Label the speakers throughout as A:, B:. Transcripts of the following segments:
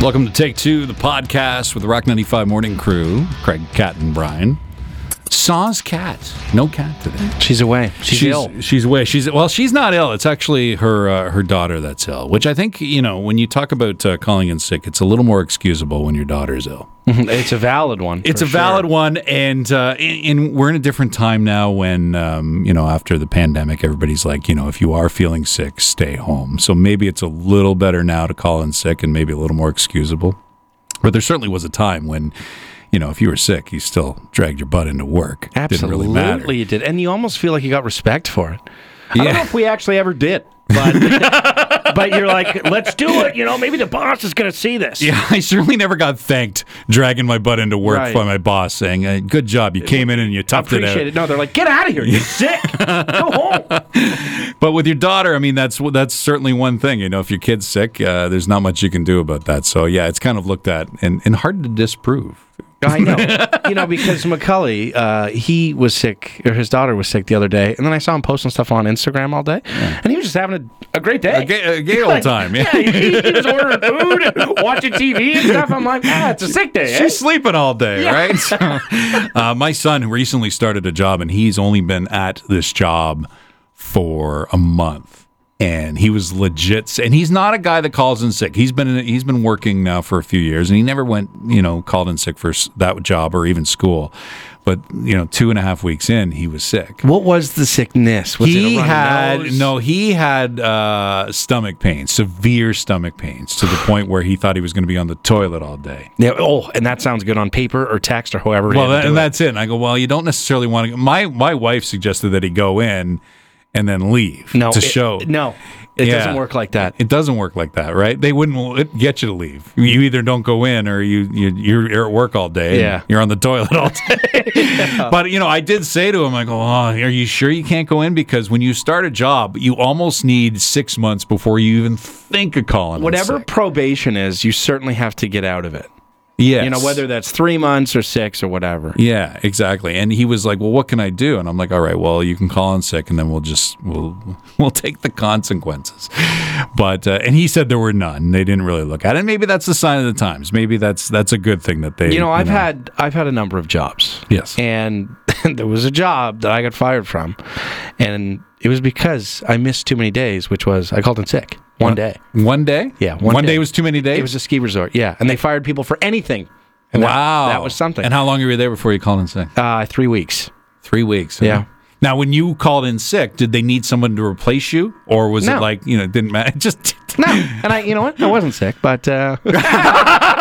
A: Welcome to Take Two, the podcast with the Rock 95 Morning Crew, Craig, Cat, and Brian. Saw's cat. No cat today.
B: She's away. She's, ill.
A: She's away. She's well. She's not ill. It's actually her uh, her daughter that's ill. Which I think you know when you talk about uh, calling in sick, it's a little more excusable when your daughter's ill.
B: it's a valid one.
A: It's a valid one, and uh, and and we're in a different time now. When um, you know after the pandemic, everybody's like, you know, if you are feeling sick, stay home. So maybe it's a little better now to call in sick, and maybe a little more excusable. But there certainly was a time when, you know, if you were sick, you still dragged your butt into work. It
B: Absolutely,
A: Didn't really matter.
B: you did, and you almost feel like you got respect for it. I don't know
A: Yeah.
B: if we actually ever did, but but you're like, let's do it. You know, maybe the boss is going to see this.
A: Yeah, I certainly never got thanked dragging my butt into work
B: Right.
A: by my boss saying, uh, "Good job, you came in and you
B: I
A: toughed it out."
B: appreciate it. No, they're like, get out of here. You're sick. Go home.
A: But with your daughter, I mean, that's that's certainly one thing. You know, if your kid's sick, uh, there's not much you can do about that. So yeah, it's kind of looked at and, and hard to disprove.
B: I know. You know, because McCully, uh, he was sick, or his daughter was sick the other day, and then I saw him posting stuff on Instagram all day, and he was just having a, a great day.
A: A gay, a gay old time. Yeah.
B: he, he was ordering food, and watching TV and stuff. I'm like, ah, it's a sick day. eh?"
A: She's sleeping all day, right? So, uh, my son recently started a job, and he's only been at this job for a month. And he was legit, s- and he's not a guy that calls in sick. He's been in, he's been working now for a few years, and he never went, you know, called in sick for s- that job or even school. But you know, two and a half weeks in, he was sick.
B: What was the sickness? Was
A: he
B: it a runny
A: had
B: nose?
A: no he had uh, stomach pains severe stomach pains to the point where he thought he was going to be on the toilet all day
B: Yeah, oh, and that sounds good on paper or text or however.
A: well that, and
B: that,
A: that's it and i go well you don't necessarily want to my my wife suggested that he go in and then leave
B: no
A: to
B: it-
A: show
B: No, it
A: Yeah.
B: doesn't work like that.
A: it doesn't work like that right they wouldn't l- get you to leave you either don't go in or you, you you're, you're at work all day and
B: Yeah.
A: you're on the toilet all day but you know i did say to him i go oh, are you sure you can't go in because when you start a job you almost need six months before you even think of calling in
B: Whatever
A: sick.
B: probation is, you certainly have to get out of it.
A: yes.
B: You know, whether that's three months or six or whatever.
A: Yeah, exactly. And he was like, "Well, what can I do?" And I'm like, "All right, well, you can call in sick, and then we'll just we'll we'll take the consequences." But uh, and he said there were none. They didn't really look at it. Maybe that's the sign of the times. Maybe that's that's a good thing that they.
B: You know, I've had I've had a number of jobs.
A: Yes.
B: And there was a job that I got fired from, and it was because I missed too many days, which was I called in sick one day.
A: one day.
B: Yeah,
A: one,
B: one
A: day.
B: day.
A: was too many days.
B: It was a ski resort, yeah, and they fired people for anything. And that-
A: wow,
B: that, was something.
A: And how long were you there before you called in sick?
B: uh, three weeks.
A: Three weeks.
B: Yeah.
A: huh? Now, when you called in sick, did they need someone to replace you, or was it
B: No.
A: like you know it didn't matter? It Just
B: No, and I, you know what? I wasn't sick, but uh,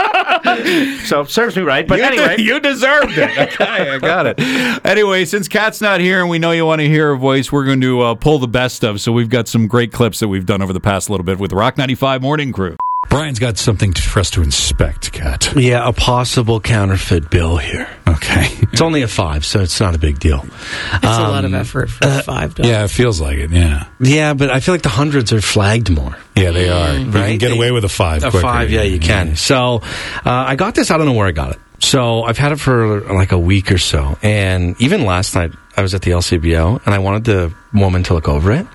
B: so serves me right. But
A: You de-
B: anyway,
A: you deserved it. Okay, I got it. Anyway, since Kat's not here and we know you want to hear her voice, we're going to uh, pull the best of. So we've got some great clips that we've done over the past little bit with the Rock 95 Morning Crew. Brian's got something for us to inspect, Kat.
C: Yeah, a possible counterfeit bill here.
A: Okay.
C: It's only a five, so it's not a big deal. Um, uh,
D: That's a lot of effort for five dollars.
A: Yeah, it feels like it. Yeah.
C: Yeah, but I feel like the hundreds are flagged more.
A: Yeah, they are. You
C: Right? They-
A: with a five.
C: A
A: quicker.
C: five, yeah, you can. So uh, I got this. I don't know where I got it. So I've had it for like a week or so, and even last night I was at the LCBO and I wanted the woman to look over it,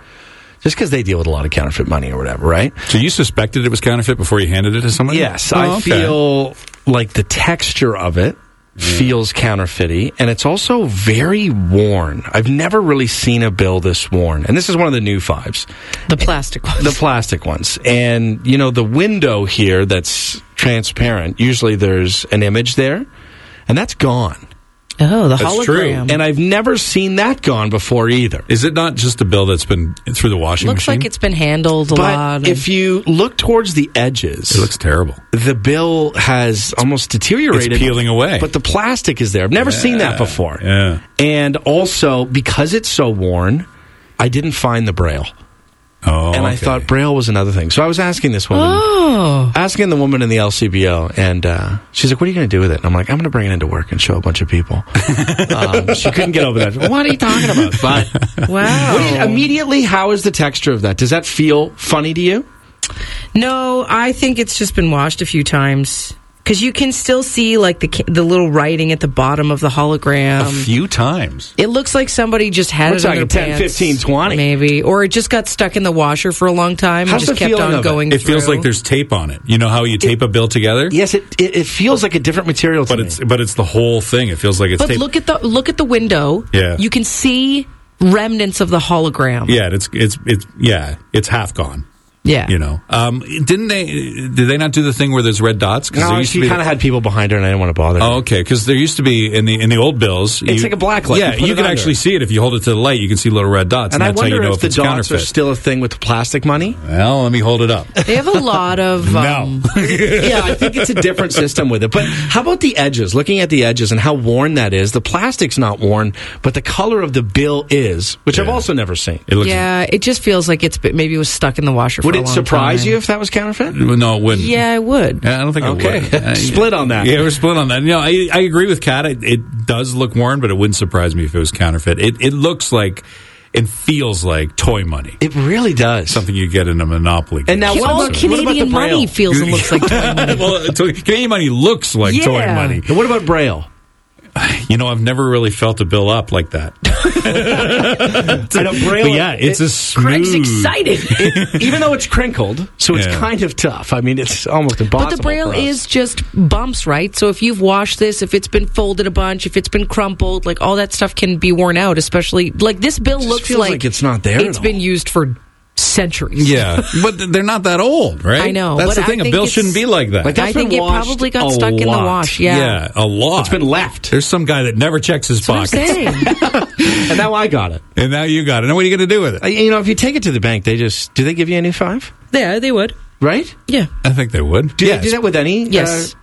C: just because they deal with a lot of counterfeit money or whatever, right?
E: So you suspected it was counterfeit before you handed it to somebody?
C: Yes,
E: Oh,
C: I
E: okay.
C: feel like the texture of it feels counterfeity, and it's also very worn. I've never really seen a bill this worn, and this is one of the new fives,
D: The plastic ones.
C: the plastic ones. And you know, the window here that's transparent. Usually, there's an image there, and that's gone.
D: Oh, the
A: That's
D: hologram.
A: true.
B: And I've never seen that gone before either.
A: Is it not just Um, a bill that's been through the washing
D: Looks
A: machine?
D: like it's been handled a lot.
B: But
D: and-
B: if you look towards the edges,
A: it looks terrible.
B: the bill has almost deteriorated.
A: It's peeling away.
B: But the plastic is there. I've never seen that before.
A: Yeah.
B: And also, because it's so worn, I didn't find the braille.
A: Oh,
B: and I
A: okay.
B: thought braille was another thing. So I was asking this woman,
D: oh,
B: asking the woman in the LCBO, and uh, she's like, "What are you going to do with it?" And I'm like, "I'm going to bring it into work and show a bunch of people." um, she couldn't get over that. What are you talking about? But
D: wow.
B: what
A: Oh.
B: do you- immediately, how is the texture of that? Does that feel funny to you?
D: No, I think it's just been washed a few times because you can still see like the ca- the little writing at the bottom of the
C: um,
A: a
D: hologram.
A: few times.
D: It looks like somebody just had
B: Oh. We're
D: it on their
B: talking 10,
D: pants,
B: 15, 20.
D: maybe, or it just got stuck in the washer for a long time
B: How's
D: and just
B: the
D: kept
B: feeling
D: on
B: of it?
D: going.
A: It feels
D: through.
A: like there's tape on it. You know how you tape a bill together?
B: Yes, it, it, it feels like a different material to
A: But
B: me.
A: it's but it's the whole thing. It feels like it's
D: But
A: tape.
D: look at the look at the window.
A: Yeah.
D: you can see remnants of the hologram.
A: yeah, it's it's it's yeah, it's half gone.
D: yeah.
A: You know, um, didn't they? Did they not do the thing where there's red dots? Cause there
B: no,
A: used
B: she
A: to be-
B: kind of had people behind her, and I didn't want to bother. her.
A: Oh, okay. Because there used to be in the in the old bills,
B: It's like a black light.
A: Yeah,
B: You put
A: you
B: it
A: can
B: under.
A: actually see it if you hold it to the light. You can see little red dots, and,
B: and I
A: that's how you know
B: wonder if
A: if,
B: the
A: it's
B: dots are
A: counterfeit.
B: still a thing with the plastic money.
A: well, let me hold it up.
D: They have a lot of um,
B: yeah, I think it's a different system with it. But how about the edges? Looking at the edges and how worn that is. The plastic's not worn, but the color of the bill is, which I've
A: Yeah.
B: also never seen.
A: It looks.
D: yeah. It just feels like it's been- maybe it was stuck in the washer.
B: Would
D: for a
B: it
D: long
B: surprise
D: time.
B: you if that was counterfeit?
A: No, it wouldn't.
D: Yeah, I would.
A: Yeah, I don't think
B: Okay.
A: it would. I-
B: Split on that.
A: Yeah, we're split on that. No, I, I agree with Kat. It, it does look worn, but it wouldn't surprise me if it was counterfeit. It, it looks like and feels like toy money,
B: It really does.
A: something you get in a Monopoly.
B: And now
D: Ca-
B: what
D: all
B: about,
D: oh, Canadian
B: what about the
D: money
B: braille?
D: feels and looks like toy money.
A: well, it's like- Canadian money looks like toy
D: Yeah.
A: money.
B: And what about braille?
A: You know, I've never really felt a bill up like that.
B: I know braille.
A: But yeah, it's a smooth.
D: Craig's excited.
B: even though it's crinkled, so it's
A: Yeah.
B: kind of tough. I mean, it's almost impossible.
D: But the braille
B: for us.
D: is just bumps, right? So if you've washed this, if it's been folded a bunch, if it's been crumpled, like all that stuff can be worn out. Especially like this bill looks
B: feels like it's not there
D: It's
B: at
D: been
B: all.
D: used for centuries.
A: Yeah, but th- they're not that old, right?
D: I know,
A: That's
D: but
A: the
D: I
A: thing. A
D: think
A: bill
D: it's-
A: shouldn't be like that.
B: Like that's
D: I think
B: been
D: it
B: washed
D: probably got
B: a
D: stuck in the
B: lot.
D: wash. Yeah.
A: a lot.
B: It's been left.
A: There's some guy that never checks his
D: That's what I'm
A: box,
D: saying.
B: and now I got it.
A: and now you got it. Now what are you going to do with
B: Uh,
A: it?
B: You know, if you take it to the bank, they just do they give you a new five?
D: yeah, they would.
B: Right?
D: Yeah.
A: I think they would.
B: Do
A: Yeah.
B: they do that with any?
D: Yes.
B: uh,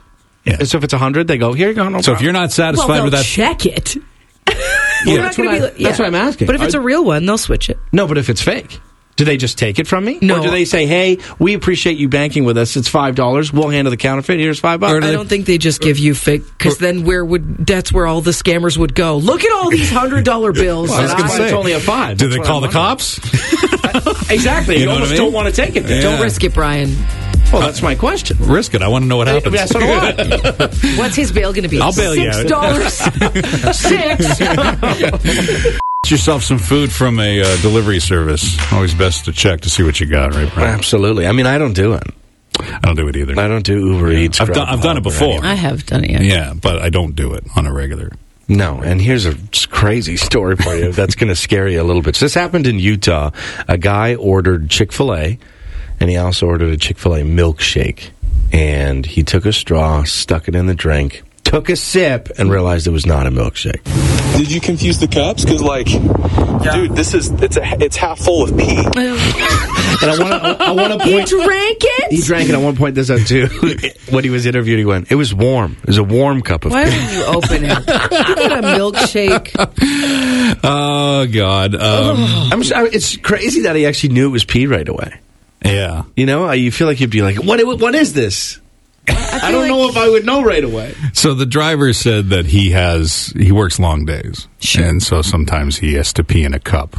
A: Yeah.
B: So if it's 100, they go, here you go.
A: So
B: No
A: if
B: problem."
A: you're not
D: Well,
A: satisfied
D: they'll
A: with that,
D: check it.
A: Yeah.
D: We're not
B: That's
D: gonna
B: what
D: be
B: I-
D: like- yeah.
B: that's what I'm asking.
D: But if it's
B: Are-
D: a real one, they'll switch it.
B: No, but if it's fake, do they just take it from me?
D: No.
B: Or do they say, hey, we appreciate you banking with us. It's $5. We'll handle the counterfeit. Here's 5 bucks.
A: Or do
D: I
A: they-
D: don't think they just give you fake because then where would that's where all the scammers would go. Look at all these hundred dollar bills.
A: I was
D: that
A: gonna
D: I-
A: say,
B: it's only a 5
A: do
B: That's
A: they
B: what
A: call
B: I'm
A: the
B: wondering.
A: cops?
B: Exactly. You,
A: know what I
B: almost
A: mean?
B: don't want to take it. then.
A: Yeah.
D: Don't risk it, Brian.
B: Well, that's my question.
A: Risk it. I want to know what happens.
B: That's what I want.
D: What's his bail going to be?
A: I'll bail you out.
D: Six dollars. Six.
A: Get yourself some food from a uh, delivery service. Always best to check to see what you got, right? Brian?
B: Absolutely. I mean, I don't do it.
A: I don't do it either.
B: I don't do Uber Eats.
A: I've done, I've done it
B: Grubhub, or
A: before.
D: I have done it. Yeah.
A: Yeah, but I don't do it on a regular.
B: No, and
F: Here's a crazy story for you that's going to scare you a little bit. So this happened in Utah. A guy ordered Chick fil A, and he also ordered a Chick fil A milkshake. And he took a straw, stuck it in the drink, took a sip, and realized it was not a milkshake.
G: Did you confuse the cups? Because like, dude, this is it's a, it's half full of pee.
B: And I want to I want to
D: He
B: point
D: drank
F: He
D: it.
F: drank it at one point this out too. when he was interviewed, he went, It was warm. It was a warm cup of
D: Why
F: tea."
D: wouldn't you open it? Give it a milkshake.
A: Oh God. Um,
F: I'm sorry, it's crazy that he actually knew it was pee right away.
A: yeah.
F: You know, you feel like you'd be like, "What? What is this?"
D: I don't know if I.
B: would know right away.
A: So the driver said that he has he works long days, and so sometimes he has to pee in a cup.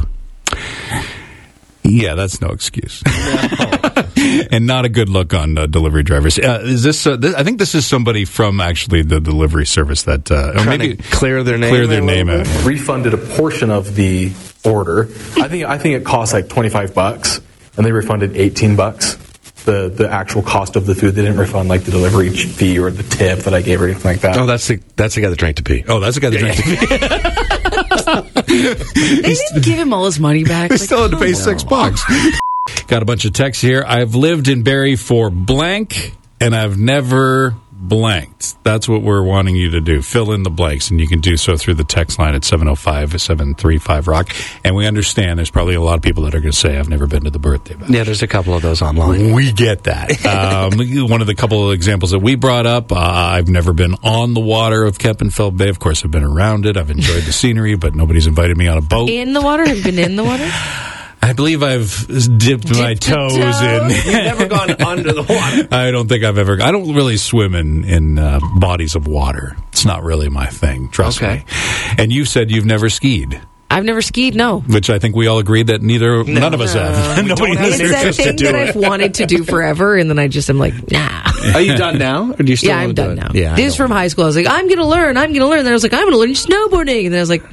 A: Yeah, that's no excuse, and not a good look on uh, delivery drivers. Uh, is this, uh, this? I think this is somebody from actually the delivery service that uh, or
F: Trying
A: maybe
F: to clear their name
A: clear
F: a
A: their
F: little
A: name out.
F: bit?
G: Refunded a portion of the order. I think I think it costs like twenty five bucks, and they refunded eighteen bucks. The the actual cost of the food. They didn't refund like the delivery fee or the tip that I gave or anything like that.
F: Oh, that's the that's the guy that drank the pee.
A: Oh, that's a guy that drank. the-
D: They didn't give him all his money back.
A: He
D: Like,
A: still had to
D: come
A: pay
D: on.
A: six bucks. Got a bunch of texts here. I've lived in Barrie for blank, and I've never blanked. That's what we're wanting you to do. Fill in the blanks, and you can do so through the text line at 705 735 Rock. And we understand there's probably a lot of people that are going to say, I've never been to the birthday bash.
B: Yeah, there's a couple of those online.
A: We get that. Um, one of the couple of examples that we brought up, uh, I've never been on the water of Keppenfeld Bay. Of course, I've been around it. I've enjoyed the scenery, but nobody's invited me on a boat.
D: In the water? Have you been in the water?
A: I believe I've dipped, my
D: Dipped your
A: toes
D: toe?
A: in.
B: You've never gone under the water.
A: I don't think I've ever. I don't really swim in in uh, bodies of water. It's not really my thing. Trust
B: Okay.
A: me. And you said you've never skied,
D: I've never skied, no.
A: which I think we all agreed that neither none of us have. Nobody in this
D: It's that
A: interest to
D: thing
A: do
D: that
A: it.
D: I've wanted to do forever, and then I just am like, nah.
B: Are you done now? Or do you still
D: yeah,
B: wanna
D: I'm
B: do
D: done
B: it?
D: now.
B: Yeah. I
D: this is
B: don't-
D: from high school. I was like, I'm going to learn. I'm going to learn. Then I was like, I'm going to learn snowboarding. And then I was like,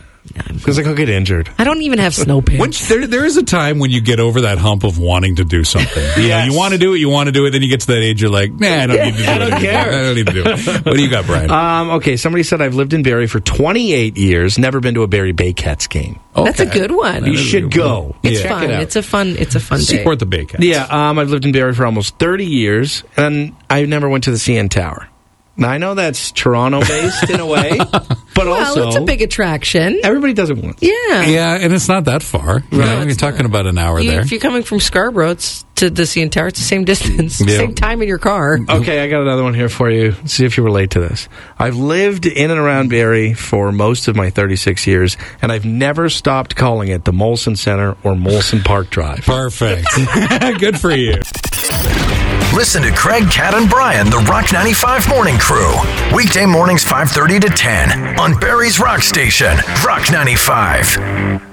B: Because like, I'll get injured.
D: I don't even have snow pants.
A: Once there, there is a time when you get over that hump of wanting to do something. You, know, you want to do it, you want to do it. Then you get to that age, you're like, nah, I don't need to do it. I don't care. I don't need to do it. What do you got, Brian?
B: Um, okay, somebody said I've lived in Barry for 28 years, never been to a Barry Bay Cats game.
D: That's a good one.
B: You should go.
D: It's
B: Check
D: fun.
B: it out.
D: it's a fun. It's a fun day.
A: Support the Bay Cats.
B: yeah, um, I've lived in Barry for almost 30 years, and I never went to the CN Tower. Now, I know that's Toronto based in a way, but
D: Well,
B: also
D: it's a big attraction.
B: everybody does it once.
D: Yeah.
A: Yeah, and it's not that far. You know, you're talking about an hour
D: You-
A: there.
D: if you're coming from Scarborough it's to the CN Tower, it's the same distance,
A: Yeah.
D: same time in your car.
B: Okay, I got another one here for you. See if you relate to this. I've lived in and around Barry for most of my 36 years, and I've never stopped calling it the Molson Center or Molson Park Drive.
A: Perfect. good for you.
H: Listen to Craig, Cat, and Brian, the Rock 95 Morning Crew. Weekday mornings 5.30 to 10 on Barry's Rock Station, Rock 95.